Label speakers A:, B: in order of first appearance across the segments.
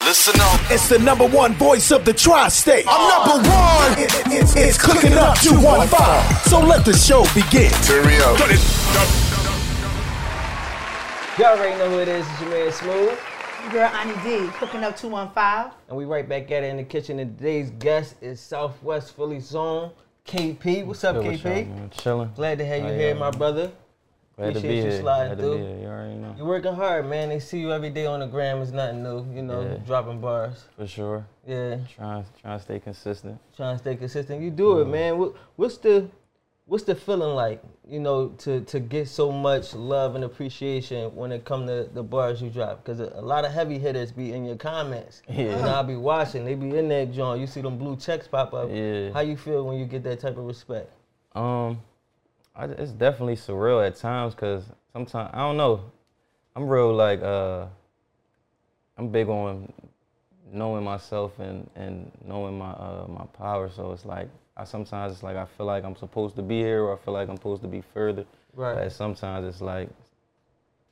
A: Listen up.
B: It's the number one voice of the tri-state.
C: I'm number one.
B: It- it- it's, it's cooking up 215. So let the show begin.
C: Turn me up.
D: Y'all already know who it is. It's your man Smooth,
E: Girl, Ani D, cooking up 215.
D: and we right back at it in the kitchen. And today's guest is Southwest Philly Zone KP. What's up, KP?
F: Chilling.
D: Glad to have you
F: How
D: here,
F: y'all,
D: my
F: man?
D: brother.
F: Glad to
D: Appreciate
F: be
D: you
F: here.
D: sliding
F: Glad to
D: through.
F: be here. You already know.
D: You working hard, man. They see you every day on the gram. It's nothing new, you know.
F: Yeah.
D: Dropping bars.
F: For sure.
D: Yeah,
F: Trying, trying to stay consistent.
D: trying to stay consistent. You do
F: Mm-hmm.
D: it, man. What, what's the What's the feeling like, you know, to, to get so much love and appreciation when it come to the bars you drop? Because a, a lot of heavy hitters be in your comments.
F: Yeah.
D: And I'll be watching. They be in that joint. You see them blue checks pop up.
F: Yeah.
D: How you feel when you get that type of respect?
F: Um, I, it's definitely surreal at times because sometimes I don't know. I'm real like uh, I'm big on knowing myself and and knowing my uh, my power. So it's like I sometimes it's like I feel like I'm supposed to be here or I feel like I'm supposed to be further.
D: Right.
F: But sometimes it's like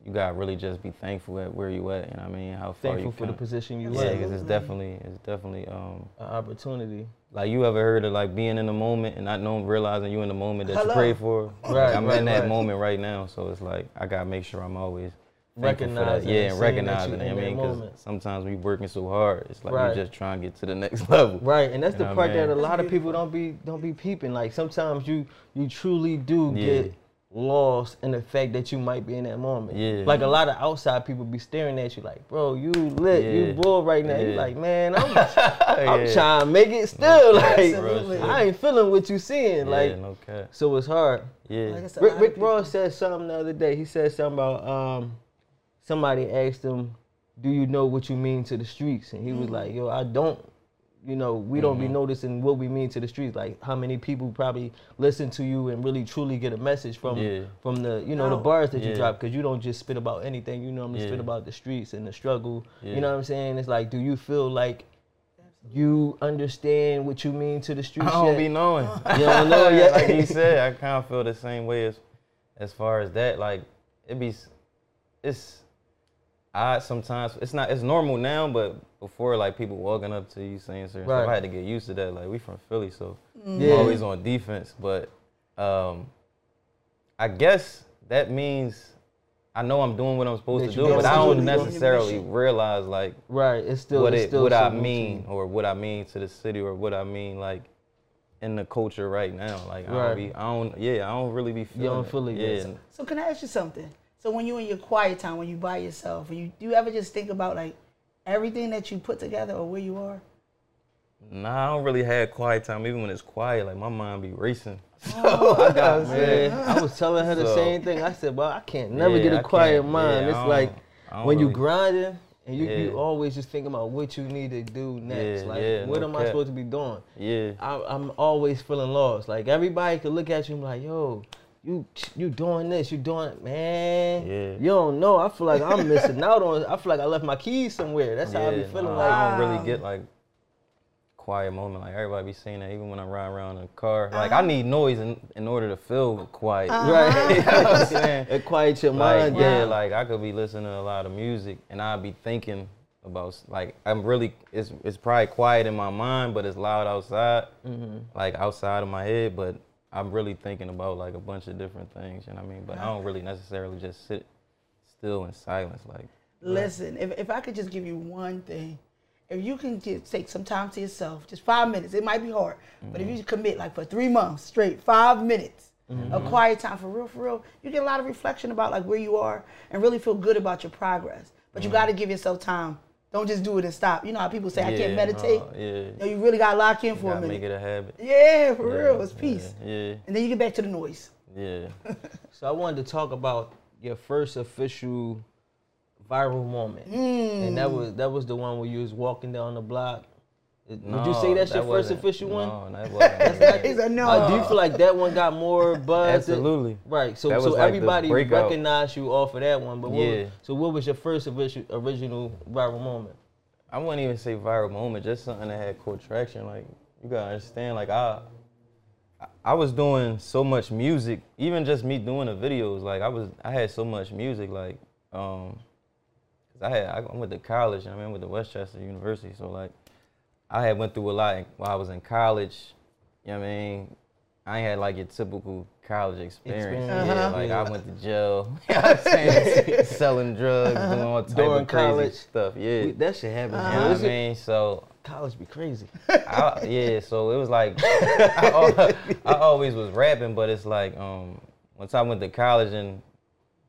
F: you gotta really just be thankful at where you at. You know what I mean? How far
D: Thankful
F: Oh, you
D: for the
F: come.
D: position you
F: Yeah,
D: in.
F: 'cause it's definitely it's definitely um
D: An opportunity.
F: like you ever heard of like being in the moment and not knowing realizing you in the moment that
E: Hello.
F: you pray for.
D: Right,
F: I'm
D: right,
F: in that
D: right.
F: moment right now, so it's like I gotta make sure I'm always thankful for that.
D: Recognizing and
F: yeah,
D: seeing
F: and
D: that
F: recognizing.
D: you
F: it. I
D: in that
F: mean, 'cause
D: moment.
F: sometimes we working so hard, it's like
D: Right.
F: we just trying to get to the next level.
D: Right, and that's the
F: You know what
D: part
F: I
D: that a
F: mean?
D: lot of people don't be don't be peeping. Like sometimes you you truly do
F: Yeah.
D: get lost in the fact that you might be in that moment.
F: Yeah.
D: Like a lot of outside people be staring at you like, bro, you lit, you
F: Yeah.
D: bull right now. You
F: Yeah.
D: like, man, I'm I'm
F: Yeah.
D: trying to make it still. Like
E: Absolutely.
D: I ain't feeling what you seeing.
F: Yeah,
D: like
F: no cap.
D: so it's hard.
F: Yeah.
E: Like I said, a lot
D: Rick,
E: of
D: Rick
E: people-
D: Ross said something the other day. He said something about um, somebody asked him, "Do you know what you mean to the streets?" And he
F: Mm.
D: was like, "Yo, I don't. You know, we don't be noticing what we mean to the streets. Like how many people probably listen to you and really truly get a message from
F: Yeah. Oh,
D: from the you know the
E: Out.
D: bars that you
F: Yeah.
D: drop because you don't just spit about anything. You normally spit
F: Yeah.
D: about the streets and the struggle. You
F: Yeah.
D: know what I'm saying? It's like, do you feel like you understand what you mean to the streets?
F: I don't
D: yet?
F: be knowing.
D: You don't know
F: Yeah,
D: yet.
F: like he said, I kind of feel the same way as as far as that. Like it be, s- it's odd sometimes. It's not. It's normal now, but before like people walking up to you saying certain stuff,
D: Right. Mm-hmm.
F: I had to get used to that. Like we from Philly, so
D: Yeah.
F: I'm always on defense. But um, I guess that means. I know I'm doing what I'm supposed
D: That
F: to
D: you
F: do,
D: do
F: but I
D: what
F: don't
D: you do.
F: necessarily realize like
D: Right. It's still
F: what
D: it's
F: it
D: still
F: what I
D: something to
F: mean
D: you.
F: or what I mean to the city or what I mean like in the culture right now. Like I
D: Right.
F: don't be I don't yeah, I don't really be feeling
D: don't feel it yet.
F: Yeah.
E: So can I ask you something? So when you in your quiet time, when you by yourself, when you do you ever just think about like everything that you put together or where you are?
F: Nah, I don't really have quiet time even when it's quiet, like my mind be racing. So I got
D: Oh, Man, I was telling her the
F: Oh, So-
D: same thing. I said, "Well, I can't never
F: Yeah,
D: get
F: I
D: a
F: can't-
D: quiet
F: yeah,
D: mind.
F: I
D: it's
F: don't-
D: like
F: I don't
D: when you
F: really-
D: grinding and you, you
F: Yeah.
D: always just thinking about what you need to do next.
F: Yeah,
D: like,
F: yeah,
D: what
F: no
D: am I
F: cap.
D: supposed to be doing?
F: Yeah.
D: I, I'm always feeling lost. Like everybody could look at you and be like, "Yo, you you doing this? You doing it, man?
F: Yeah.
D: You don't know. I feel like I'm missing out on. I feel like I left my keys somewhere. That's how I be
F: Yeah,
D: feeling.
F: nah,
D: like
F: I don't really get like quiet moment. Like everybody be saying that even when I ride around in the car. Like
D: Uh-huh.
F: I need noise in, in order to feel quiet.
D: right.
F: You know what I'm saying?
D: it quiets your
F: Like,
D: mind
F: yeah,
D: down.
F: like I could be listening to a lot of music and I'd be thinking about s- like I'm really it's it's probably quiet in my mind, but it's loud outside,
E: Mm-hmm.
F: like outside of my head. But I'm really thinking about like a bunch of different things, you know what I mean? But I don't really necessarily just sit still in silence, like
E: Listen, if, if I could just give you one thing, if you can just take some time to yourself, just five minutes, it might be hard, but if
F: Mm-hmm.
E: you commit like for three months straight, five minutes
F: Mm-hmm.
E: of quiet time for real, for real, you get a lot of reflection about like where you are and really feel good about your progress. But
F: Mm-hmm.
E: you got to give yourself time. Don't just do it and stop. You know how people say, I
F: Yeah,
E: can't
F: no,
E: meditate.
F: yeah.
E: No, you really got to lock in for a
F: gotta make it
E: minute.
F: a habit.
E: Yeah, for
F: Yeah,
E: real. It's peace.
F: Yeah,
E: And then you get back to the noise.
F: yeah. yeah.
D: So I wanted to talk about your first official viral moment, and
F: Hmm.
D: that was that was the one where you was walking down the block. Would you say
F: No,
D: that's your first
F: that wasn't-
D: official one?
F: No, that wasn't. yeah.
E: He said, no.
D: Like, do you feel like that one got more buzz?
F: Absolutely.
D: Right. So,
F: That
D: so
F: was like the
D: everybody
F: breakout.
D: recognized you off of that one. But what,
F: Yeah.
D: so what was your first origi- original viral moment?
F: I wouldn't even say viral moment, just something that had cool traction. Like you gotta understand, like I, I- I was doing so much music, even just me doing the videos. Like I was, I had so much music. Like, um, 'cause 'Cause I had I, I went to college. I mean, I went to Westchester University, so like I had went through a lot while I was in college. You know what I mean? I ain't had like your typical college experience.
D: Experience.
F: Yeah,
D: Uh-huh.
F: like
D: Yeah.
F: I went to jail, you know what I'm saying? selling drugs, doing all type
D: During
F: of crazy
D: college.
F: stuff. Yeah,
D: We- that shit happens.
F: you know
D: uh
F: what I mean? So
D: College be crazy.
F: I, yeah, so it was like I, al- I always was rapping, but it's like um, once I went to college and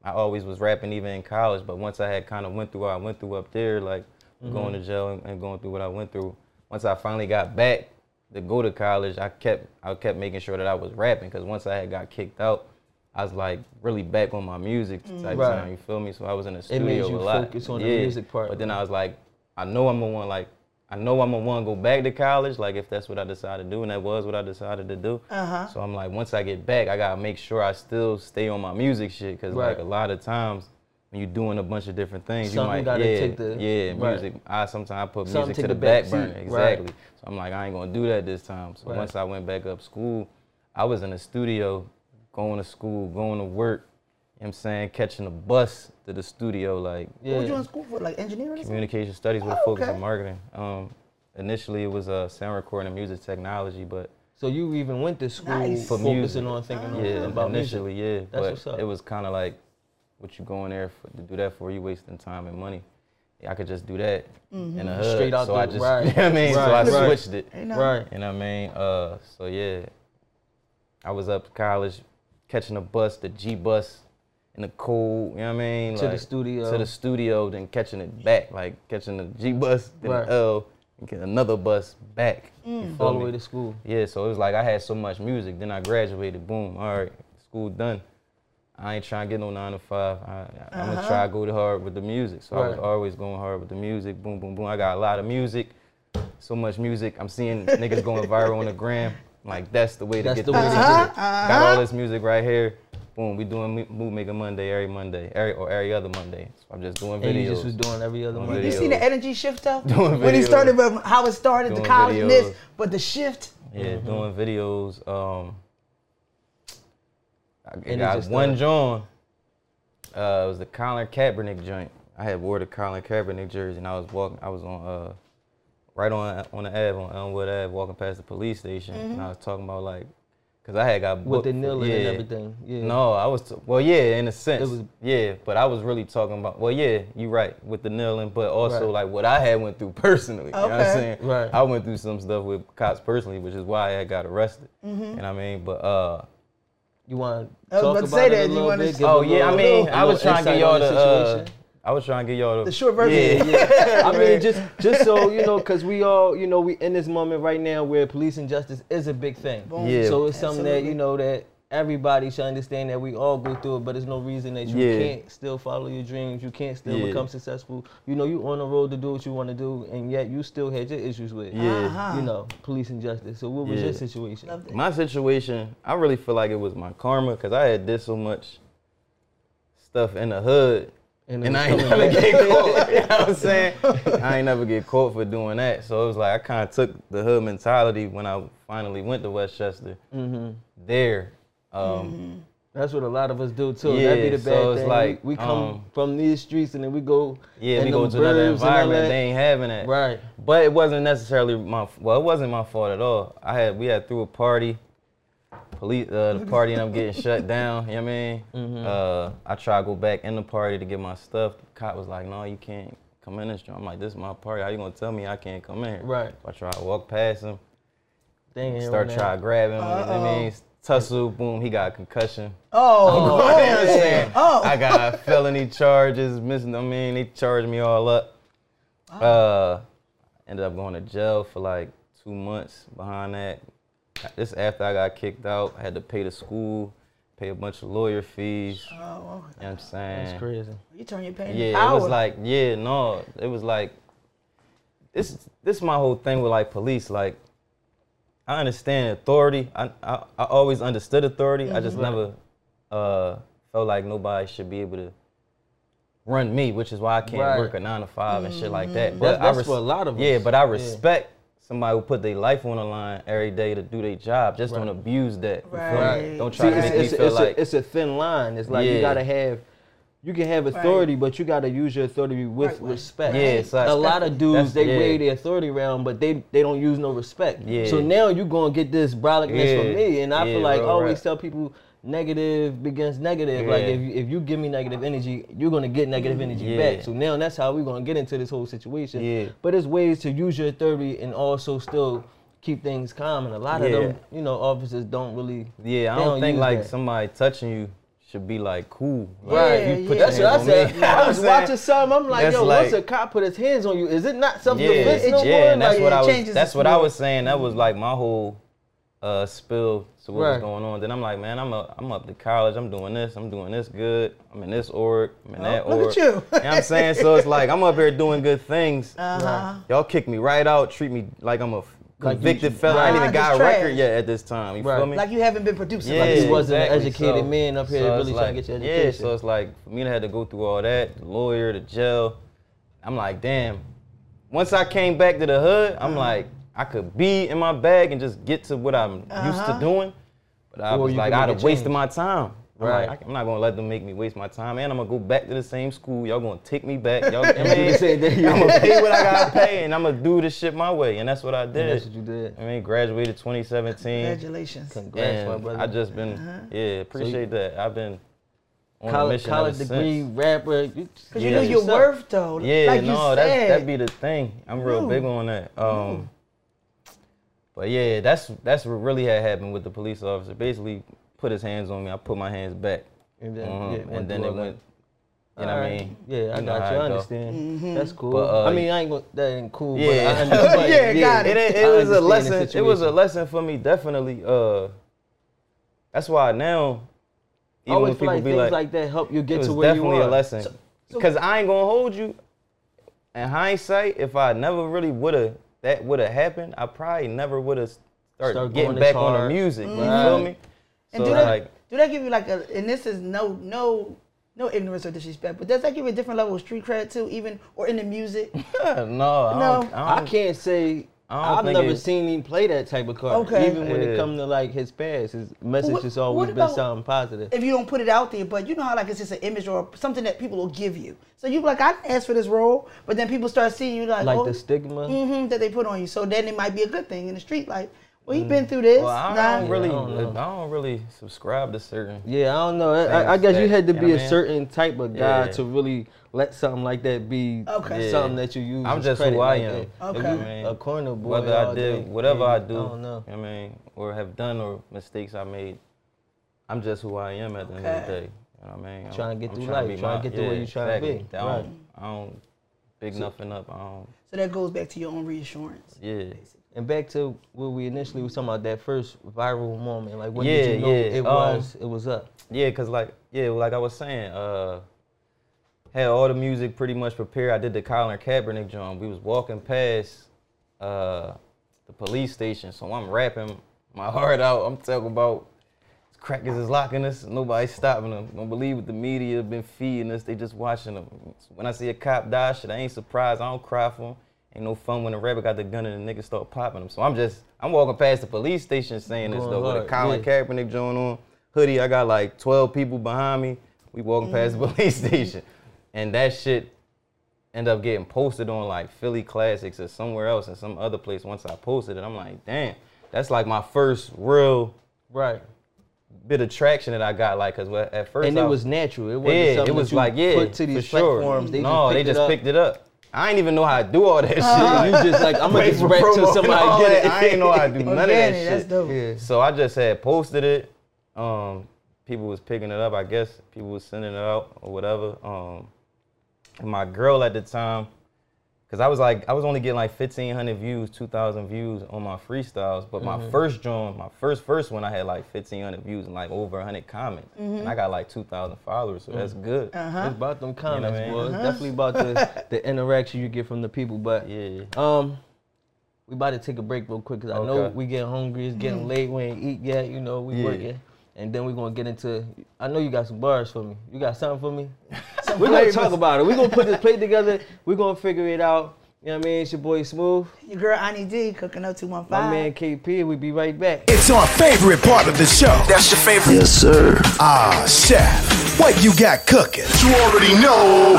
F: I always was rapping even in college, but once I had kind of went through what I went through up there, like
D: Mm-hmm.
F: going to jail and, and going through what I went through. Once I finally got back to go to college, I kept I kept making sure that I was rapping because once I had got kicked out. I was like really back on my music
D: Mm.
F: type
D: Right.
F: time, you feel me? So I was in the
D: It
F: studio
D: made you
F: a lot.
D: focus on the music part.
F: But then I was like, I know I'm gonna want like, I know I'm gonna want to go back to college, like if that's what I decided to do, and that was what I decided to do. Uh-huh. So I'm like, once I get back, I gotta make sure I still stay on my music shit, cause like
D: Right.
F: a lot of times when you're doing a bunch of different things,
D: Something
F: you might
D: gotta
F: yeah,
D: take the-
F: yeah,
D: right.
F: music. I sometimes I put
D: Something
F: music
D: take
F: to
D: the
F: the
D: back
F: back
D: seat,
F: burner,
D: right.
F: exactly. So I'm like, I ain't gonna do that this time. So
D: Right.
F: once I went back up school, I was in the studio, going to school, going to work. You know what I'm saying catching the bus to the studio, like
D: Yeah.
E: What you in school for? Like engineering? or something?
F: communication studies with a
E: Oh,
F: focus
E: okay.
F: on marketing. Um, initially, it was uh, sound recording and music technology, but
D: So you even went to school
E: Nice.
D: for
E: For
D: focusing
F: music.
D: on thinking on-
F: yeah,
D: about music.
F: initially, yeah.
D: That's
F: but
D: what's up.
F: it was kind of like, what you going there for, to do that for? You wasting time and money. I could just do that in a hood.
D: Straight out
F: so
D: the-
F: I just,
D: right.
F: you know what I mean?
D: Right,
F: so I
D: right.
F: switched it.
E: Ain't nothing.
D: Right.
F: You know what I mean? Uh, so yeah, I was up to college, catching a bus, the G bus, in the cold. You know what I mean?
D: To the studio.
F: To the studio, then catching it back, like catching the G bus, then
D: Right.
F: the L, and get another bus back. You feel
D: All the
F: me?
D: way to school.
F: Yeah, so it was like I had so much music. Then I graduated. Boom. All right, school done. I ain't trying to get no nine to five. I, I'm gonna try to go hard with the music. So I was
D: Uh-huh. Right.
F: always going hard with the music. Boom, boom, boom. I got a lot of music. So much music. I'm seeing niggas going viral on the gram. Like that's the way to
D: That's
F: get
D: the
F: the
D: way to
F: music.
D: get it. Uh-huh.
F: Got all this music right here. Boom. We doing mo- Mood Maker Monday every Monday, every, or every other Monday. So I'm just doing
D: And you
F: videos.
D: just was doing every other
F: On
D: one.
E: You
F: video.
E: seen the energy shift though?
F: Doing
E: when he
F: videos.
E: started, from how it started, the
F: Doing
E: college and this,
F: videos.
E: but the shift.
F: Yeah,
D: Mm-hmm.
F: doing videos. Um, I
D: it
F: got
D: just
F: one
D: started.
F: joint. Uh, it was the Colin Kaepernick joint. I had wore the Colin Kaepernick jersey, and I was walking. I was on uh, right on on the Ave on Elmwood Ave, walking past the police station, and I was talking about like, cause I had got
D: Mm-hmm. With
F: booked
D: the
F: for-
D: kneeling and
F: yeah.
D: everything. Yeah.
F: No, I was t- well, yeah, in a sense,
D: was-
F: yeah, but I was really talking about well, yeah, you right with the kneeling, but also
D: Right.
F: like what I had went through personally. You know what
E: Okay.
F: I'm saying?
D: Right.
F: I went through some stuff with cops personally, which is why I had got arrested.
E: Mm-hmm.
F: And I mean, but uh,
D: You want to talk
E: I was about to
D: about
E: say
D: it
E: that.
D: a
E: You
D: little
E: wanna
D: bit?
E: s-
D: give
F: oh
D: a
F: yeah, I
D: little-
F: mean,
D: a
F: I was
D: little
F: trying to
D: insight
F: get y'all
D: on
F: the. Uh,
D: situation?
F: I was trying to get y'all the,
E: The short version.
F: Yeah,
D: I mean, just just so you know, because we all, you know, we in this moment right now where police injustice is a big thing.
E: Boom.
F: Yeah.
D: So it's something that you
E: Absolutely.
D: know that everybody should understand that we all go through it, but there's no reason that you
F: Yeah.
D: can't still follow your dreams. You can't still
F: Yeah.
D: become successful. You know, you on the road to do what you want to do, and yet you still had your issues with,
F: Yeah. Uh-huh.
D: you know, police injustice. So what was
F: Yeah.
D: your situation?
E: Loved it.
F: my situation, I really feel like it was my karma because I had did so much stuff in the hood.
D: And
F: And,
D: it was
F: I ain't
D: coming
F: never get caught. You know what I'm saying? I ain't never get caught for doing that. So it was like I kind of took the hood mentality when I finally went to Westchester. Mm-hmm. There, um,
E: Mm-hmm.
D: That's what a lot of us do too.
F: Yeah,
D: That'd be the
F: so
D: bad
F: it's
D: thing.
F: like,
D: we, we come
F: um,
D: from these streets and then we go.
F: yeah,
D: and
F: we go
D: them
F: to another
D: burbs and all
F: environment.
D: that.
F: They ain't having that.
D: Right.
F: But it wasn't necessarily my well, it wasn't my fault at all. I had we had threw a party, police uh, the party and I'm getting shut down, you know what I mean?
D: Mm-hmm.
F: Uh, I tried to go back in the party to get my stuff. The cop was like, No, you can't come in this joint. I'm like, This is my party, how you gonna tell me I can't come in here?
D: Right.
F: So I tried to walk past him,
D: Dang, here
F: start
D: on
F: trying to grab him, you know what I mean? Tussle, boom, he got a concussion.
E: Oh,
F: You know what I'm saying?
E: Oh.
F: I got felony charges. Missing, I mean, they charged me all up. Uh, ended up going to jail for like two months behind that. This after I got kicked out, I had to pay the school, pay a bunch of lawyer fees. You know
E: oh,
F: what I'm saying?
D: That's crazy.
E: you turn your pain into
F: Yeah,
E: power.
F: it was like yeah, no, it was like this. This is my whole thing with like police. Like I understand authority. I I, I always understood authority. I
D: Mm-hmm.
F: just never uh, felt like nobody should be able to run me, which is why I can't
D: Right. Mm-hmm.
F: work a nine to 5 and shit like that.
D: That's-
F: I
D: that's for a lot of
F: Yeah,
D: us.
F: but I
D: Yeah.
F: respect. Somebody who put their life on the line every day to do their job. Just don't
D: Right.
F: abuse that. You feel me?
E: Right.
F: Don't
D: See,
F: try to
D: it's,
F: make me
D: it's-
F: feel
D: it's
F: like
D: a, it's a thin line. It's like you
F: Yeah.
D: gotta have You can have authority, but you gotta use your authority with
E: Right, right.
D: respect.
F: Yeah, it's like-
D: a lot of dudes
F: That's-
D: they
F: yeah.
D: weigh their authority around, but they they don't use no respect.
F: Yeah.
D: So now you gonna get this brolickness
F: Yeah.
D: from me, and I
F: Yeah,
D: feel like
F: real
D: I always
F: rap.
D: tell people negative begins negative. Like
F: Yeah.
D: if you, if you give me negative energy, you're gonna get negative energy
F: Yeah.
D: back. So now that's how we're gonna get into this whole situation.
F: Yeah.
D: But it's ways to use your authority and also still keep things calm. And a lot
F: Yeah.
D: of them, you know, officers don't really.
F: Yeah, I
D: they
F: don't, think
D: use
F: like
D: that.
F: somebody touching you should be like cool. Like,
E: Right.
F: if you put
E: Yeah,
D: That's
F: your
D: what I
F: hands on me-
D: said. I was
F: You know what I'm
D: watching
F: saying?
D: something. I'm like,
F: That's
D: yo, once a
F: like-
D: cop put his hands on you, is it not self defense
F: Yeah,
D: no
F: yeah,
D: more?
F: and that's
D: Like,
F: what
D: it
F: I was.
E: changes
F: That's
E: the
F: what I
E: spirit.
F: was saying. That was like my whole uh, spill to what
D: Right.
F: was going on. Then I'm like, man, I'm up, I'm up to college. I'm doing this. I'm doing this good. I'm in this org. I'm
D: Oh,
F: in that org.
E: look at you.
F: know what I'm saying? So it's like I'm up here doing good things. Y'all kick me right out. Treat me like I'm a f-
D: Uh-huh. Like you-
F: convicted fella. I ain't
E: Ah,
F: even got a
E: just
F: record
E: trash.
F: yet at this time. You
D: Right.
F: feel me?
E: Like you haven't been producing.
F: yeah,
E: Like
D: he
E: this.
D: wasn't an
F: exactly.
D: educated
F: So-
D: man up here
F: so
D: really
F: it's
D: trying to get your
F: like-
D: education.
F: Yeah, so it's like for me to have to go through all that, the lawyer, the jail. I'm like, damn. Once I came back to the hood, I'm
D: Uh-huh.
F: like, I could be in my bag and just get to what I'm used to doing. But I
D: Uh-huh. Or
F: was
D: you
F: like,
D: can
F: I'd
D: make a
F: have wasted
D: change.
F: my time. I'm
D: Right.
F: like, I- I'm not gonna let them make me waste my time, and I'm gonna go back to the same school. Y'all gonna take me back. Y'all, I
D: You said that, yeah.
F: I'm gonna pay what I gotta pay, and I'm gonna do this shit my way, and that's what I did.
D: that's what you did.
F: I mean, graduated 2017.
E: Congratulations.
D: Congrats, my
F: And
D: brother.
F: I just been
E: Uh-huh.
F: yeah, appreciate that. I've been on a
D: college,
F: mission
D: college
F: ever
D: degree,
F: since.
D: rapper. You,
E: Cause you knew
F: Yeah.
E: your
D: Yourself.
E: worth though.
F: Yeah,
E: like you said.
F: no, that that be the thing. I'm real
E: Rude.
F: big on that. Um, but yeah, that's that's what really had happened with the police officer. Basically, put his hands on me. I put my hands back,
D: And then,
F: on
D: yeah,
F: him,
D: went
F: Uh-huh. and then
D: through
F: it
D: all that.
F: went. You know what I
D: Alright.
F: mean?
D: Yeah, I
F: You know
D: got
F: how
D: you. I
F: it go.
D: understand.
E: Mm-hmm.
D: That's cool.
F: But, uh,
D: I mean, I ain't gonna, that ain't cool.
F: Yeah.
D: but I understand. but
E: Yeah, got
F: it, ain't-
D: I
F: it was a
D: understand the
F: lesson. It was a
D: situation.
F: lesson for me, definitely. Uh, that's why now,
D: I
F: even
D: always
F: when
D: feel
F: people
D: like
F: be
D: things like,
F: like,
D: that help you
F: it
D: get
F: was
D: to where you
F: definitely
D: are.
F: a lesson. Because I ain't gonna hold you. In hindsight, if I never really would've that would've happened, I probably never would've
D: Start
F: started
D: going
F: getting
D: this
F: back on
D: hard.
F: the music.
D: Right.
F: You feel me?
E: And
F: so
E: do that,
F: like,
E: do that give you like a? And this is no no no ignorance or disrespect, but does that give you a different level of street cred too, even or in the music?
F: no, I don't,
E: No.
F: I
D: I
F: don't,
D: can't say
F: I don't
D: I've
F: think
D: never
F: it-
D: seen him play that type of card.
E: Okay.
D: Even when it
F: Yeah.
D: comes to like his past, his message
E: What-
D: has always
E: what
D: been
E: about-
D: something positive.
E: if you don't put it out there, but you know how like it's just an image or something that people will give you. So you be like I asked for this role, but then people start seeing you like
D: Like
E: oh,
D: the stigma.
E: mhm, that they put on you. So then it might be a good thing in the street. Like well, you've been through this.
F: well, I
E: nah.
F: don't really,
D: I
F: I
D: don't
F: don't, really subscribe to certain.
D: Yeah, I don't know. I, I- I
F: Things
D: guess you
F: that-
D: had to
F: you
D: be
F: know
D: a
F: what I mean?
D: certain type of guy
F: Yeah.
D: to really let something like that be
E: Okay. Yeah.
D: something that you use.
F: I'm
D: as
F: just
D: credit
F: who I
D: like
F: am.
D: that.
E: Okay.
F: You know what I mean?
D: A corner boy.
F: whether I
D: all
F: did
D: day.
F: whatever I
D: Yeah,
F: do,
D: I don't know.
F: I mean, or have done, or mistakes I made, I'm just who I am at the end of the
E: Okay.
F: day. You know what I mean? I'm,
D: Tryna get
F: I'm
D: through
F: tryna
D: life,
F: be
D: tryna
F: my-
D: get to where you tryna be.
F: exactly. I
D: Right.
F: don't, I don't big nothing up. I don't.
E: So that goes back to your own reassurance.
F: Yeah.
D: And back to where we initially was talking about that first viral moment. Like when
F: Yeah,
D: did you know
F: yeah.
D: it
F: Um,
D: was it was up?
F: Yeah, cause like yeah, like I was saying, uh, had all the music pretty much prepared. I did the Colin Kaepernick joint. We was walking past uh, the police station, so I'm rapping my heart out. I'm talking about crackers is locking us. Nobody's stopping them. Don't believe what the media been feeding us. They just watching them. When I see a cop die, shit, I ain't surprised. I don't cry for him. Ain't no fun when a rapper got the gun and the niggas start popping them. So I'm just, I'm walking past the police station saying this
D: Going
F: though with
D: hard,
F: a Colin
D: yeah.
F: Kaepernick joint on, hoodie. I got like 12 people behind me. We walking past
D: Mm.
F: the police station, and that shit end up getting posted on like Philly Classics or somewhere else in some other place. Once I posted it, I'm like, damn, that's like my first real
D: Right.
F: bit of traction that I got, like, cause what- at first
D: And
F: I,
D: it was natural. It wasn't
F: yeah,
D: something
F: it was
D: that you
F: like yeah,
D: put to these
F: for sure.
D: platforms. They just
F: no, they
D: picked
F: just
D: it up.
F: picked it up. I ain't even know how to do all that shit.
D: you just like I'm gonna
F: Wait
D: just
F: for
D: rap till
F: promo and all
D: somebody get it.
F: that. I ain't know how to do none of that
E: Organic,
F: shit.
E: that's dope.
D: Yeah.
F: So I just had posted it. Um, people was picking it up. I guess people was sending it out or whatever. Um, and my girl at the time, because I was like, I was only getting like 1,500 views, 2,000 views on my freestyles. But
D: Mm-hmm.
F: my first joint, my first first one, I had like 1,500 views and like over 100 comments,
D: Mm-hmm.
F: and I got like 2,000 followers. So
D: Mm.
F: that's good.
D: It's about them
F: what I
D: comments,
F: mean?
D: boy. It's definitely about the, the interaction you get from the people. But
F: Yeah.
D: um, we about to take a break real quick because I know
F: Okay.
D: we getting hungry. It's getting late. We ain't eat yet. You know, we
F: Yeah.
D: working. And then we're gonna get into. I know you got some bars for me. You got something for me? we're gonna
F: flavors.
D: talk about it. We're gonna put this plate together. We're gonna figure it out. You know what I mean? It's your boy Smooth,
E: Your girl Ani D cooking up two one
D: my
E: five.
D: man KP. We be right back.
B: It's our favorite part of the show.
A: That's your favorite. Yes, sir.
B: Ah, chef. What you got cooking?
A: You already know.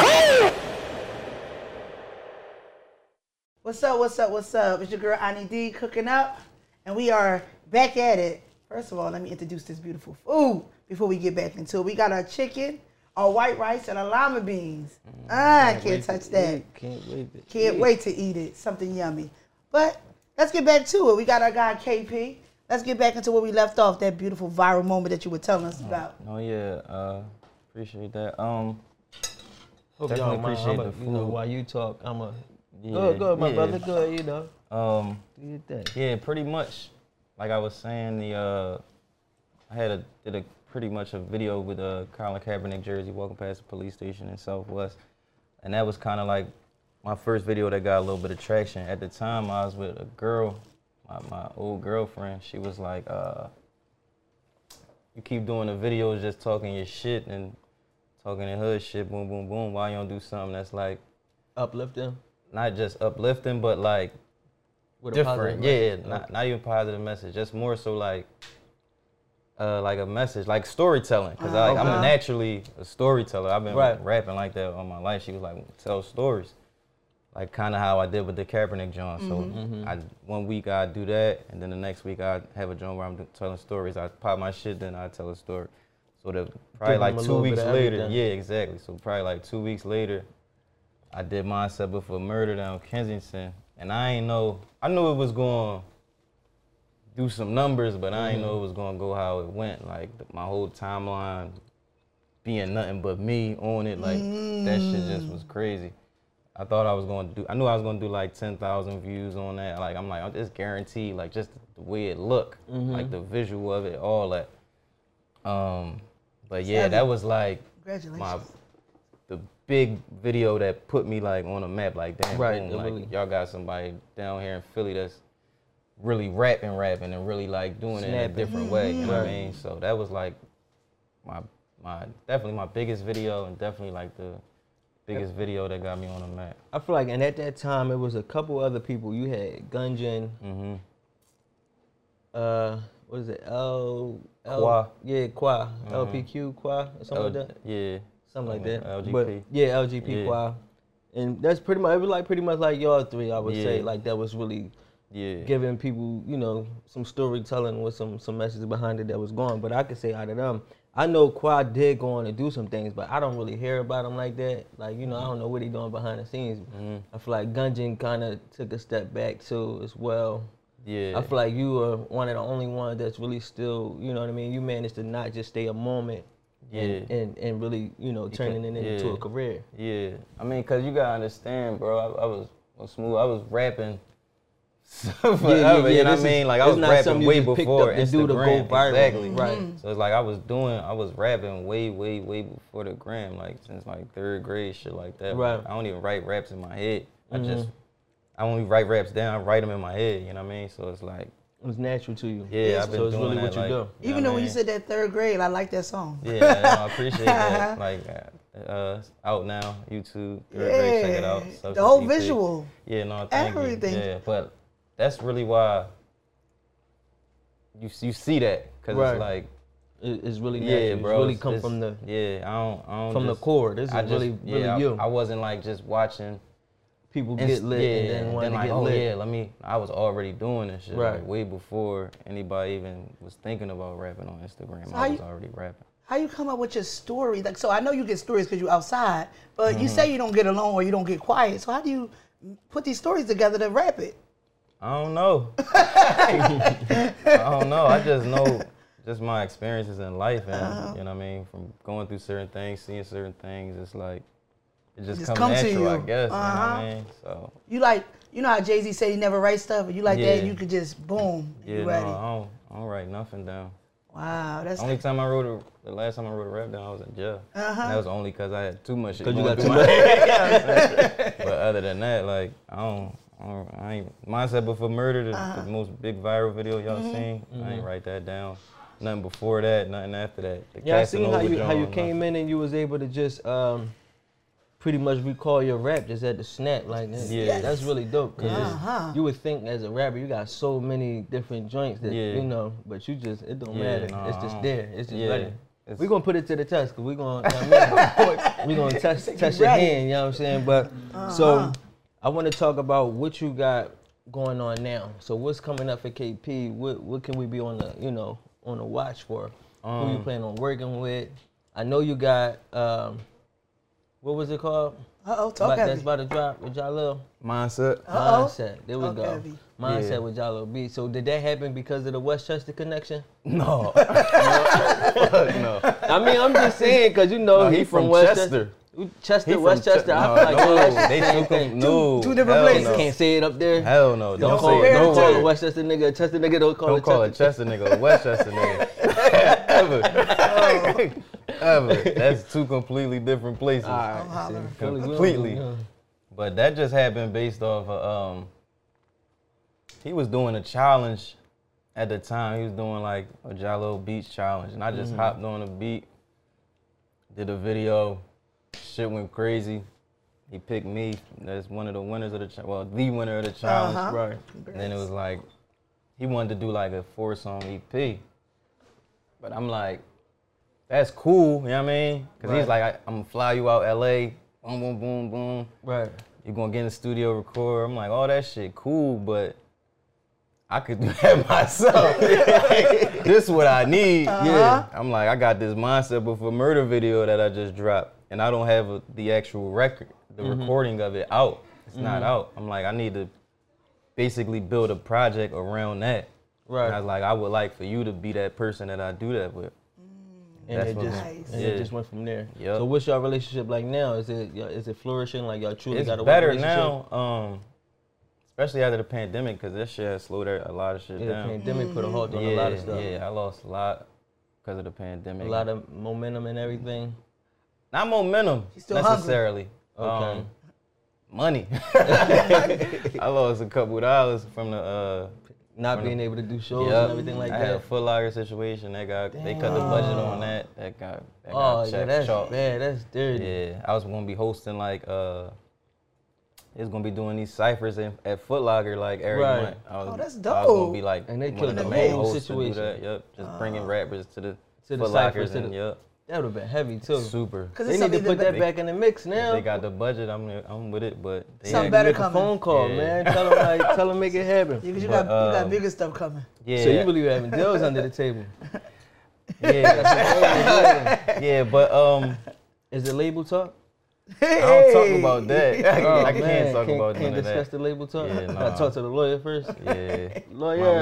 E: What's up? What's up? What's up? It's your girl Ani D cooking up, and we are back at it. First of all, let me introduce this beautiful food before we get back into it. We got our chicken, our white rice, and our lima beans. Ah, I can't touch that.
D: Can't wait. to-
E: Can't wait to eat it. Something yummy. But let's get back to it. We got our guy KP. Let's get back into where we left off. That beautiful viral moment that you were telling us about.
F: Oh yeah, uh, appreciate that. Um,
D: Hope
F: Definitely
D: y'all mind.
F: appreciate
D: I'ma-
F: the
D: You know,
F: food.
D: while you talk, I'm a
F: yeah,
D: good, good, my
F: yeah.
D: brother, good. You know,
F: Um,
D: do your thing.
F: yeah, pretty much. Like I was saying, the uh, I had a did a pretty much a video with a Colin Kaepernick jersey walking past the police station in Southwest, and that was kind of like my first video that got a little bit of traction. At the time, I was with a girl, my, my old girlfriend. She was like, uh, "You keep doing the videos, just talking your shit and talking the hood shit, boom, boom, boom. Why you don't do something that's like
D: Uplift them
F: not just uplifting, but like
D: with a positive
F: different. Yeah,
D: message.
F: yeah, not, not even positive message. Just more so like, uh, like a message, like storytelling. Cause I, I'm naturally a storyteller. I've been
D: Ah, Right.
F: rapping like that all my life. She was like, tell stories, like kind of how I did with the Kaepernick John. So
D: Mm-hmm.
F: I, one week I do that, and then the next week I have a John where I'm do- telling stories. I pop my shit, then I tell a story. So the, probably
D: them a
F: like two
D: little bit
F: weeks
D: of
F: later,
D: everything.
F: yeah, exactly. So probably like two weeks later, I did mine separate for murder down Kensington, and I ain't know. I knew it was going to do some numbers, but I
D: Mm-hmm.
F: ain't know it was going to go how it went. Like th- my whole timeline being nothing but me on it, like that shit just was crazy. I thought I was going to do. I knew I was going to do like ten thousand views on that. Like I'm like, it's guaranteed. Like just the way it looked, like the visual of it, all that. Um, but yeah, that was like
E: Congratulations.
F: my the big video that put me like on a map like damn
D: Right,
F: boom,
D: that
F: like
D: really-
F: y'all got somebody down here in Philly that's really rapping rapping and really like doing it in a
D: Snapping. Mm-hmm.
F: different way you know what I
D: Right.
F: mean so that was like my my definitely my biggest video and definitely like the biggest video that got me on the map
D: I feel like, and at that time, it was a couple other people. You had Gungeon.
F: Mm-hmm.
D: Uh, what is it? L. L
F: Kwa. Mm-hmm.
D: Yeah, Qua. LPQ Qua or something like
F: L-
D: that.
F: yeah
D: Something like that.
F: LGP
D: But yeah, LGP
F: Yeah.
D: Qua. And that's pretty much. It was like pretty much like y'all three. I would say
F: Yeah.
D: like that was really
F: yeah
D: giving people, you know, some storytelling with some some messages behind it that was going. But I could say out of them, I know Quad did go on and do some things, but I don't really hear about him like that. Like you know, I don't know what he doing behind the scenes.
F: Mm-hmm.
D: I feel like Gungeon kind of took a step back too as well.
F: yeah
D: I feel like you are one of the only ones that's really still, you know what I mean. You managed to not just stay a moment. And,
F: Yeah.
D: and, and really, you know, turning
F: can-
D: it into
F: yeah.
D: a career.
F: Yeah, I mean, cause you gotta understand, bro. I, I was on smooth. I was rapping forever. you know what
D: this
F: I
D: is-
F: mean? Like I
D: it's
F: was
D: not
F: rapping
D: something you
F: way
D: just picked
F: before
D: up to do to go
F: Instagram.
D: viral.
F: Exactly.
D: Right.
E: Mm.
F: So it's like I was doing. I was rapping way, way, way before the gram. Like since like third grade, shit like that.
D: Right. Mm-hmm.
F: I don't even write raps in my head. I just, I only write raps down. I write them in my head. You know what I mean? So it's like,
D: It was natural to you.
F: yeah, I've been
D: so it's
F: doing
D: really
F: that,
D: what you
F: like,
D: do.
F: know
E: Even
F: what
E: though
F: I
E: when you
F: mean?
E: said that third grade, I like that song.
F: Yeah, no, I appreciate
E: Uh-huh.
F: that. Like, uh, uh, it's out now, YouTube. Third grade, check it out.
E: Yeah, the
F: Substance
E: whole
F: EP.
E: visual.
F: Yeah, no, thank
E: Everything.
F: You. Yeah, but that's really why you s- you see that because
D: Right.
F: it's like,
D: It- It's really natural.
F: yeah, bro,
D: It's really
F: it's-
D: come
F: it's-
D: from the
F: yeah, I don't, I don't
D: from the
F: just-
D: core. This is
F: I just,
D: really
F: yeah,
D: really
F: I,
D: you.
F: I wasn't like just watching
D: People
F: Inst-
D: get lit and then want to
F: like,
D: get
F: oh
D: lit.
F: yeah, let me. I was already doing this shit like,
D: Right.
F: way before anybody even was thinking about rapping on Instagram.
E: how
F: I was
E: you-
F: already rapping.
E: How you come up with your story? Like, so I know you get stories because you outside, but
F: Mm-hmm.
E: you say you don't get along or you don't get quiet. So how do you put these stories together to wrap it?
F: I don't know. I don't know. I just know just my experiences in life, and
E: Uh-huh.
F: you know what I mean. From going through certain things, seeing certain things, it's like it just,
E: just
F: comes
E: come to
F: natural, I
E: you.
F: guess.
E: Uh-huh.
F: You know what I mean? So
E: You like, you know how Jay Z said he never writes stuff, and you like
F: Yeah.
E: that, you could just boom,
F: yeah,
E: you
F: no, I
E: ready.
F: don't, I don't write nothing down.
E: Wow, that's
F: Only time I wrote a, the last time I wrote a rap down, I was in jail. And
E: Uh-huh.
F: that was only because I had too much shit.
D: Cause you
F: going
D: got
F: through
D: too
F: my
D: much.
F: But other than that, like I don't, I, don't, I ain't mindset before murder, the, the most big viral video y'all seen. I
D: Mm-hmm.
F: ain't write that down. Nothing before that, nothing after that. The
D: Yeah, I seen how
F: Casanova
D: you how you
F: John,
D: came in and you was able to just um, pretty much recall your rap just at the snap like that.
F: Yeah.
D: that's really dope. 'cause it's-
E: Uh-huh.
D: you would think as a rapper you got so many different joints that
F: Yeah.
D: you know, but you just it don't
F: Yeah,
D: matter.
F: nah,
D: it's
F: I
D: just
F: don't-
D: there. It's just
F: yeah,
D: ready.
F: It's It's-
D: We're gonna put it to the test because we're gonna you know what I mean? we're gonna test test your
E: ready.
D: hand, you know what I'm saying? But
E: Uh-huh.
D: so I wanna talk about what you got going on now. So what's coming up for KP? What what can we be on the you know, on the watch for? Who you plan on working with? I know you got um what was it called?
E: Uh oh, talk
D: About-
E: heavy.
D: that's about to drop with Jalil.
F: mindset.
E: Uh-oh.
D: Mindset. There we
E: Talk
D: go.
E: heavy.
D: Mindset
F: Yeah.
D: with Jalil B. So did that happen because of the Westchester connection?
F: No, Fuck no.
D: I mean, I'm just saying because you know
F: No,
D: Oh, he,
F: he
D: from,
F: from
D: Westchester. Chester,
F: He from
D: Westchester.
F: Ch-
D: I feel like
F: no,
D: that's
F: no, they
D: the same
F: took him-
D: thing.
F: no,
E: two different
F: hell
E: places.
F: no.
D: Can't say it up there.
F: Hell no,
E: don't
F: don't, say it.
E: compare
F: Don't
E: the
D: call
E: two.
F: say
D: a
F: it.
D: Westchester nigga, a Chester nigga. Don't call
F: Don't
D: it
F: call a
D: Chester.
F: Chester nigga a Westchester nigga. Ever. Ever. That's two completely different places.
D: Oh. All right,
E: holler.
D: see, fully-
F: Completely.
D: yeah.
F: But that just happened based off of um he was doing a challenge at the time. He was doing like a Jalo Beach challenge. And I
D: Mm-hmm.
F: just hopped on the beat, did a video, shit went crazy. He picked me as one of the winners of the cha- well, the winner of the challenge.
E: Uh-huh.
D: Right.
F: And then it was like, he wanted to do like a four song EP. But I'm like, that's cool, you know what I mean? Because he's
D: Right.
F: like, I, I'm gonna fly you out LA, boom, boom, boom, boom.
D: Right.
F: You're gonna get in the studio, record. I'm like, all that shit cool, but I could do that myself. this what I need.
D: Uh-huh.
F: Yeah. I'm like, I got this mindset before murder video that I just dropped, and I don't have a, the actual record, the
D: Mm-hmm.
F: recording of it out. It's not out. I'm like, I need to basically build a project around that.
D: Right.
F: And I was like, I would like for you to be that person that I do that with.
D: And it
F: what
D: just
F: I'm-
D: and
F: Yeah.
D: it just went from there.
F: Yup.
D: So what's y'all relationship like now? Is it y'all- is it flourishing? Like y'all truly
F: it's
D: got a work
F: better
D: relationship?
F: now, um, especially after the pandemic, because this shit has slowed a lot of shit
D: Yeah,
F: down.
D: the pandemic put a
E: Mm-hmm.
D: halt on
F: yeah,
D: a lot of stuff.
F: Yeah, I lost a lot because of the pandemic.
D: A lot of momentum and everything.
F: not momentum
E: still hungry.
F: necessarily.
D: Okay.
F: Um, money. I lost a couple dollars from the uh
D: Not
F: When-
D: being able to do shows
F: yup.
D: and everything like
F: I had a
D: that.
F: Foot Locker situation. They got they cut the budget on that. That got that
D: Oh
F: got
D: yeah,
F: checked,
D: that's
F: chalked.
D: bad. That's dirty.
F: Yeah, I was gonna be hosting like uh, it's gonna be doing these ciphers in, at Foot Locker like every
D: Right.
F: month. I was,
E: Oh, that's
F: I was
E: dope. Uh.
F: gonna be like
D: And they
F: one
D: killed
F: of the
D: the
F: main
D: whole
F: hosts to do
D: situation.
F: that. Yep, just bringing rappers to the
D: To the
F: Foot Lockers
D: ciphers, to
F: and
D: the-
F: yep,
D: That would have been heavy too.
F: super.
E: 'Cause
D: They
E: it's
D: need to
E: something
D: put that
E: that-
D: back in the mix now.
F: They got the budget. I'm I'm with it, but they
E: Something
F: had-
E: better
D: make a
E: coming.
D: phone call,
F: Yeah.
D: man. Tell them like, tell them make it happen.
E: Yeah, 'cause you,
F: But,
E: got, you got
F: um,
E: bigger stuff coming.
F: Yeah,
D: So you believe having deals under the table?
F: yeah, yeah, but um,
D: Is it label talk?
F: I don't talk about that. I,
D: Oh,
F: can't
D: man,
F: talk
D: can't,
F: about
D: can't
F: none of
D: discuss
F: that.
D: the label talk.
F: Yeah,
D: Gotta
F: nah.
D: talk to the lawyer first.
F: Yeah,
D: Lawyer,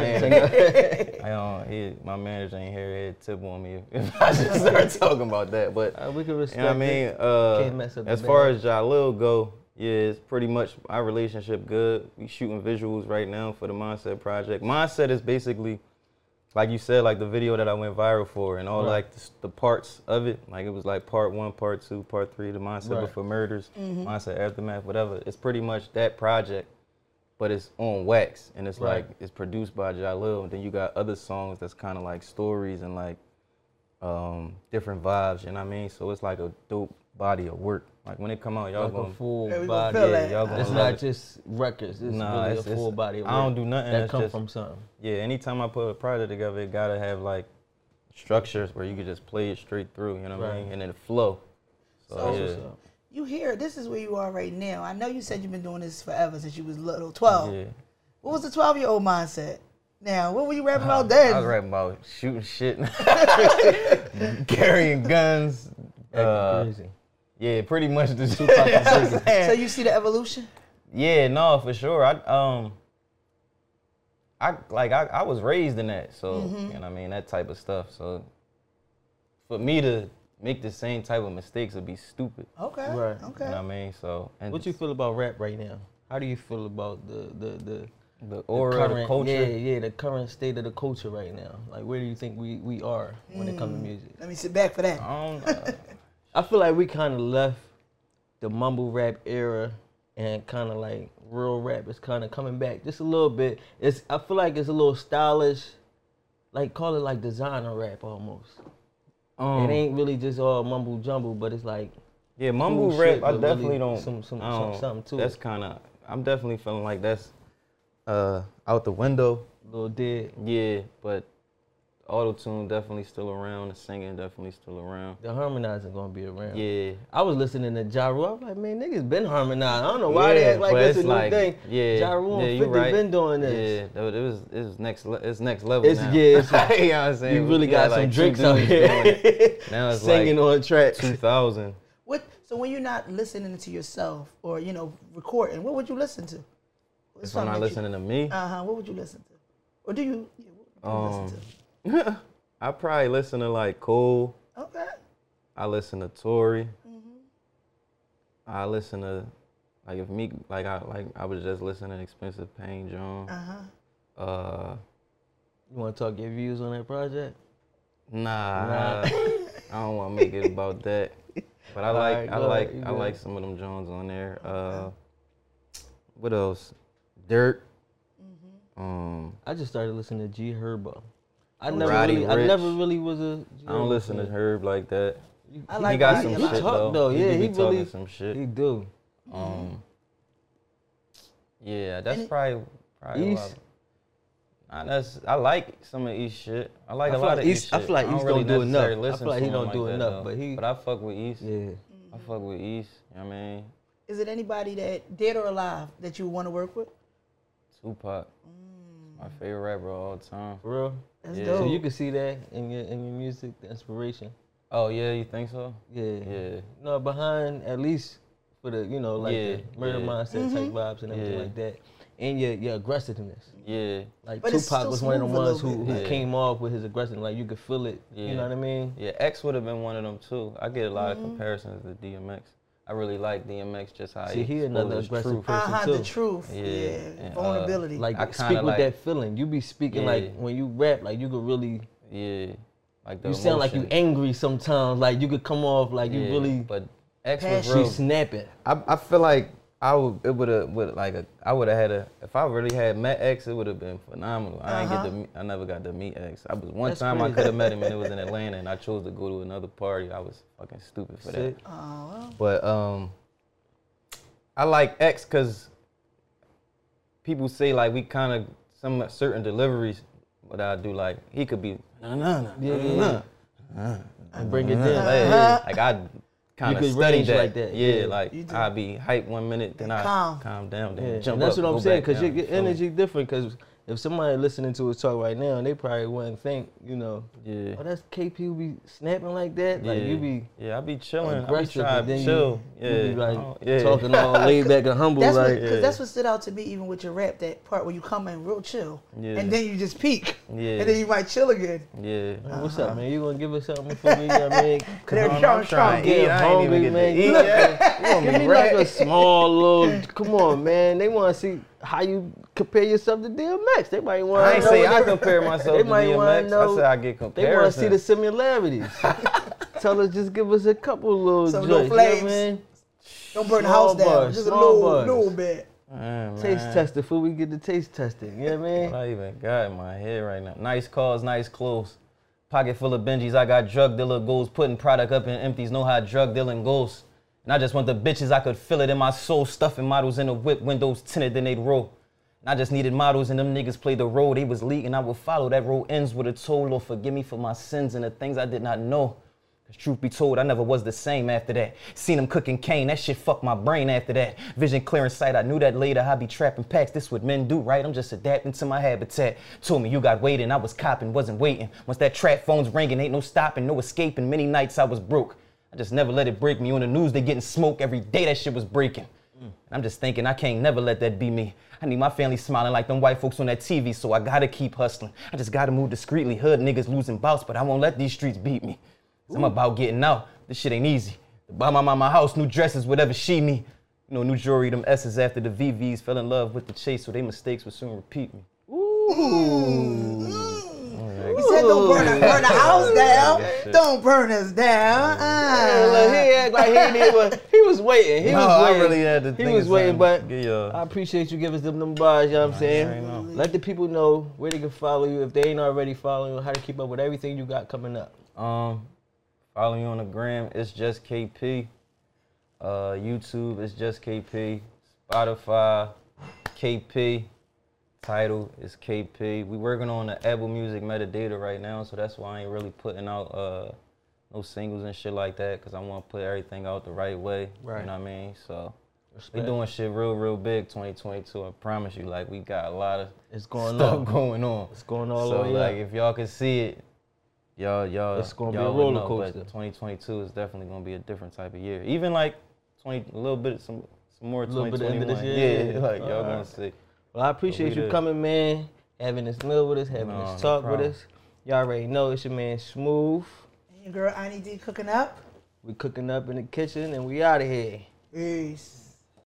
F: I don't. He, my manager ain't here. He'd tip on me if, if I should start talking about that. But
D: Uh, we can
F: You know what I
D: respect
F: mean?
D: it. Can't
F: Uh,
D: mess up the
F: as far as Jalil go, yeah, it's pretty much our relationship good. We shooting visuals right now for the Mindset Project. Mindset is basically, like you said, like the video that I went viral for and all
D: Right.
F: like the, s- the parts of it. Like it was like part one, part two, part three, the Mindset
D: Right.
F: Before Murders, Mindset Aftermath, whatever. It's pretty much that project, but it's on wax and it's
D: Right.
F: like, it's produced by Jalil. And then you got other songs that's kind of like stories and like, um, different vibes, you know what I mean? So it's like a dope body of work. Like when it come out, y'all
D: Like
F: gonna
D: a full
E: we gonna
D: body.
E: feel
F: yeah,
E: that.
F: y'all gonna
D: It's
F: love
D: not
F: it.
D: just records. It's
F: Nah,
D: really
F: it's-
D: a
F: it's-
D: full body. Of
F: I don't
D: work
F: do nothing,
D: that
F: it's
D: come
F: just-
D: from something.
F: yeah. Anytime I put a project together, it gotta have like structures where you can just play it straight through, you know what I
D: Right.
F: mean? And then it flow. So,
E: So-
F: yeah.
D: So,
E: You here, this is where you are right now. I know you said you've been doing this forever since you was little, 12.
F: yeah.
E: What was the 12 year old mindset? Now, what were you rapping about
F: I
E: then?
F: was rapping about shooting shit, carrying guns.
D: acting
F: uh,
D: crazy.
F: yeah, pretty much the
E: so you see the evolution?
F: Yeah, no, for sure. I um I like I, I was raised in that, so
E: Mm-hmm.
F: you know what I mean, that type of stuff. So for me to make the same type of mistakes would be stupid.
E: Okay.
D: Right.
E: Okay.
F: You know what I mean? So and
D: What you feel about rap right now? How do you feel about the the the
F: the
D: the
F: aura, the,
D: current,
F: culture.
D: Yeah, yeah, the current state of the culture right now. Like, where do you think we, we are when it comes to music?
E: Let me sit back for that.
F: I don't uh, know.
D: I feel like we kind of left the mumble rap era and kind of like real rap is kind of coming back just a little bit. It's I feel like it's a little stylish, like call it like designer rap almost.
F: Um,
D: it ain't really just all mumble jumble, but it's like
F: yeah, mumble
D: cool
F: rap.
D: shit,
F: I
D: but
F: definitely
D: really
F: don't.
D: some- some-
F: I
D: some-
F: don't-
D: something to
F: That's
D: it.
F: kind of. I'm definitely feeling like that's uh out the window.
D: little dead.
F: Yeah, but auto tune definitely still around. The singing definitely still around.
D: The harmonizing gonna be around.
F: Yeah.
D: I was listening to Ja Rule. I'm like, man, niggas been harmonizing. I don't know why they
F: Yeah,
D: act like
F: but
D: that's a
F: it's
D: new
F: like-
D: thing.
F: Yeah,
D: Ja Rule
F: yeah,
D: and
F: you
D: 50
F: right.
D: been doing this.
F: Yeah, that was- it was it was next le- it's next level
D: It's-
F: now.
D: yeah, it's like-
F: you know what I'm saying?
D: You really
F: We
D: got, some
F: like two
D: drinks out
F: dudes doing
D: here
F: it. Now it's
D: singing
F: like
D: on tracks.
F: 2000.
E: What? So when you're not listening to yourself or you know recording, what would you listen to?
F: If I'm not listening to me,
E: Uh huh. What would you listen to? Or do you? Yeah, what would you
F: Um,
E: listen
F: I probably listen to like Cole.
E: to? Okay.
F: I listen to Tory.
E: Mm-hmm.
F: I listen to like if me like I like I was just listening to Expensive Pain John. Uh-huh.
D: You want to talk your views on that project?
F: nah, I- I don't want to make it about that. But I like
D: right,
F: I
D: go ahead,
F: like
D: you
F: I
D: good.
F: like some of them Johns on there. Uh, what else? Dirt.
D: Mm-hmm.
F: Um,
D: I just started listening to G Herbo. I never,
F: Roddy
D: really, I
F: Ricch.
D: never really was a.
F: I don't listen to Herb like that.
E: I
F: he
E: like
F: got
E: Roddy
F: some
E: a lot.
F: shit
D: Talk,
F: though.
D: though,
F: He do
D: yeah,
F: be
D: he
F: talking
D: really-
F: some shit.
D: He do.
F: Um, yeah, that's
E: And-
F: probably probably
D: East?
F: East. I, that's, I like some of East shit. I like
D: I
F: a
D: feel
F: lot
D: like
F: of
D: East-
F: East.
D: I
F: shit.
D: feel like East
F: don't really
D: don't do enough.
F: necessarily
D: I
F: listen
D: feel like
F: to
D: he
F: him
D: don't do
F: that,
D: enough,
F: though.
D: but he-
F: But I fuck with East.
D: Yeah.
F: I fuck with East. You know what I mean,
E: Is it anybody that dead or alive that you want to work with?
F: Tupac, my favorite rapper of all time.
D: For real?
E: That's
F: Yeah.
E: dope.
D: So you can see that in your in your music, the inspiration.
F: Oh yeah, you think so?
D: Yeah.
F: Yeah.
D: No, behind at least for the you know like
F: Yeah,
D: the murder
F: yeah.
D: mindset
E: Mm-hmm.
D: type vibes and everything
F: Yeah.
D: like that, and your your aggressiveness.
F: Yeah.
D: Like
E: But it's
D: Tupac
E: still
D: was one of the
E: smooth a
D: ones
E: little
D: who, who
E: bit.
F: Yeah.
D: came off with his aggressiveness. Like you could feel it. You
F: Yeah.
D: know what I mean?
F: Yeah, X would have been one of them too. I get a lot of comparisons to DMX. I really like DMX just how
D: See, he another
F: exposes
D: aggressive
F: truth.
D: person
E: Uh huh.
D: too.
E: The truth. Yeah.
F: Yeah, and, uh,
E: Vulnerability.
D: Like
F: I
D: speak
F: kinda
D: with
F: like-
D: that feeling. You be speaking
F: Yeah.
D: like when you rap, like you could really.
F: Yeah, like the
D: You sound like you
F: emotion.
D: angry sometimes. Like you could come off like you
F: Yeah,
D: really.
F: But X was
E: Passion.
D: she
F: real.
D: snapping.
F: I, I feel like I would it would have would like a, I would have had a if I really had met X it would have been phenomenal. I ain't get to meet, I never got to meet X. I was one
D: Uh-huh. That's
F: time I
D: crazy.
F: could have met him and it was in Atlanta and I chose to go to another party. I was fucking stupid for that.
D: Sick.
F: But um, I like X because people say like we kind of some certain deliveries. What I do like he could be nah nah nah
D: Yeah,
F: nah,
D: yeah,
F: nah, Uh-huh.
D: And bring it down. Uh-huh.
F: nah, like, like I kind of
D: could
F: study
D: range
F: that.
D: like that,
F: Yeah,
D: yeah.
E: You
F: like
E: do.
F: I'd be hype one minute, then I
E: Calm.
F: calm down, then
D: Yeah,
F: jump
D: and that's
F: up,
D: what
F: go
D: I'm saying
F: back
D: because your
F: down, you
D: your
F: feel me?
D: energy different. Because if somebody listening to us talk right now, they probably wouldn't think, you know,
F: Yeah.
D: oh, that's KP who be snapping like that. Like you be
F: yeah, I be chilling. I be
D: aggressive,
F: trying
D: and
F: to
D: then
F: chill.
D: you,
F: yeah,
D: you be like
F: Oh, yeah.
D: talking all laid back and humble.
E: That's
D: like
E: what, cause that's what stood out to me, even with your rap. That part where you come in real chill,
F: Yeah.
E: and then you just peak,
F: Yeah.
E: and then you might chill again.
F: yeah.
D: "Man, what's up, man? You gonna give us something before we, I mean,
E: They're strong,
F: I'm Uh-huh. trying
E: strong.
F: to eat.
D: get
F: I ain't even
D: hungry,
F: get to
D: man.
F: eat
D: You
F: yet.
D: like, you be like a small little. Come on, man. They want to see how you compare yourself to DMX. They might want.
F: I ain't say I compare myself
D: They
F: to
D: might wanna
F: DMX.
D: know-
F: I said I get
D: They want
F: comparisons.
D: to see the similarities. Tell us, just give us a couple little
E: So no
D: joints. you know what I
E: flames.
D: mean?
E: Don't burn the
D: Small
E: house down.
D: bars,
E: Just a
D: small
E: little,
D: bars.
E: little bit.
F: Man,
D: Taste
F: man.
D: test before we get the taste tested. You know what I mean?
F: What I even got in my head right now. Nice cars, nice clothes. Pocket full of Benjis. I got drug dealer goals. Putting product up in empties. Know how drug dealing goes. And I just want the bitches. I could feel it in my soul. Stuffing models in the whip. Windows tinted, then they'd roll. And I just needed models, and them niggas played the role. They was leading. I would follow. That road ends with a toll. Lord, forgive me for my sins and the things I did not know. Cause truth be told, I never was the same after that. Seen him cooking cane, that shit fucked my brain after that. Vision clear in sight, I knew that later. I be trapping packs, this what men do, right? I'm just adapting to my habitat. Told me you got waiting, I was copping, wasn't waiting. Once that trap phone's ringing, ain't no stopping, no escaping. Many nights I was broke. I just never let it break me. On the news, they getting smoke every day, that shit was breaking. And I'm just thinking, I can't never let that be me. I need my family smiling like them white folks on that TV, so I gotta keep hustling. I just gotta move discreetly. Hood niggas losing bouts, but I won't let these streets beat me. 'Cause I'm about getting out. This shit ain't easy. To buy my mama house, new dresses, whatever she need. You know, new jewelry, them S's after the VVs fell in love with the chase, so they mistakes would soon repeat me.
E: He said, "Don't burn, the- burn the house down.
F: shit.
E: Don't burn us down."
D: Hey, look, he
E: Ah.
D: act like he did what he was waiting. He
F: No,
D: was
F: I
D: waiting.
F: really had to
D: he
F: think
D: was
F: of
D: waiting,
F: something.
D: but
F: Get your-
D: I appreciate you giving us them, them bars, you know what I'm
F: already know.
D: saying? Let the people know where they can follow you if they ain't already following you, how to keep up with everything you got coming up.
F: Um, follow me on the gram. It's just KP. Uh, YouTube. It's just KP. Spotify. KP. Title is KP. We working on the Apple Music metadata right now, so that's why I ain't really putting out uh, no singles and shit like that, cause I want to put everything out the right way.
D: Right.
F: You know what I mean? So we
D: Respect.
F: doing shit real, real big 2022. I promise you, like we got a lot of
D: It's going
F: stuff
D: up.
F: going on.
D: It's going all
F: so
D: the way
F: like
D: up.
F: if y'all can see it, y'all y'all
D: It's gonna be a
F: y'all would
D: roller
F: know, but
D: coaster.
F: 2022 is definitely gonna be a different type of year. Even like 20 a little bit some some more
D: Little bit of
F: 2021.
D: end of this year,
F: yeah,
D: yeah.
F: like y'all all
D: Alright.
F: gonna see.
D: Well, I appreciate
F: we
D: you
F: did.
D: coming, man. Having this meal with us, having
F: No, no
D: this talk with
F: problem.
D: us. Y'all already know it's your man Smooth.
E: And your girl Annie D cooking up.
D: We cooking up in the kitchen, and we out of here.
E: Peace.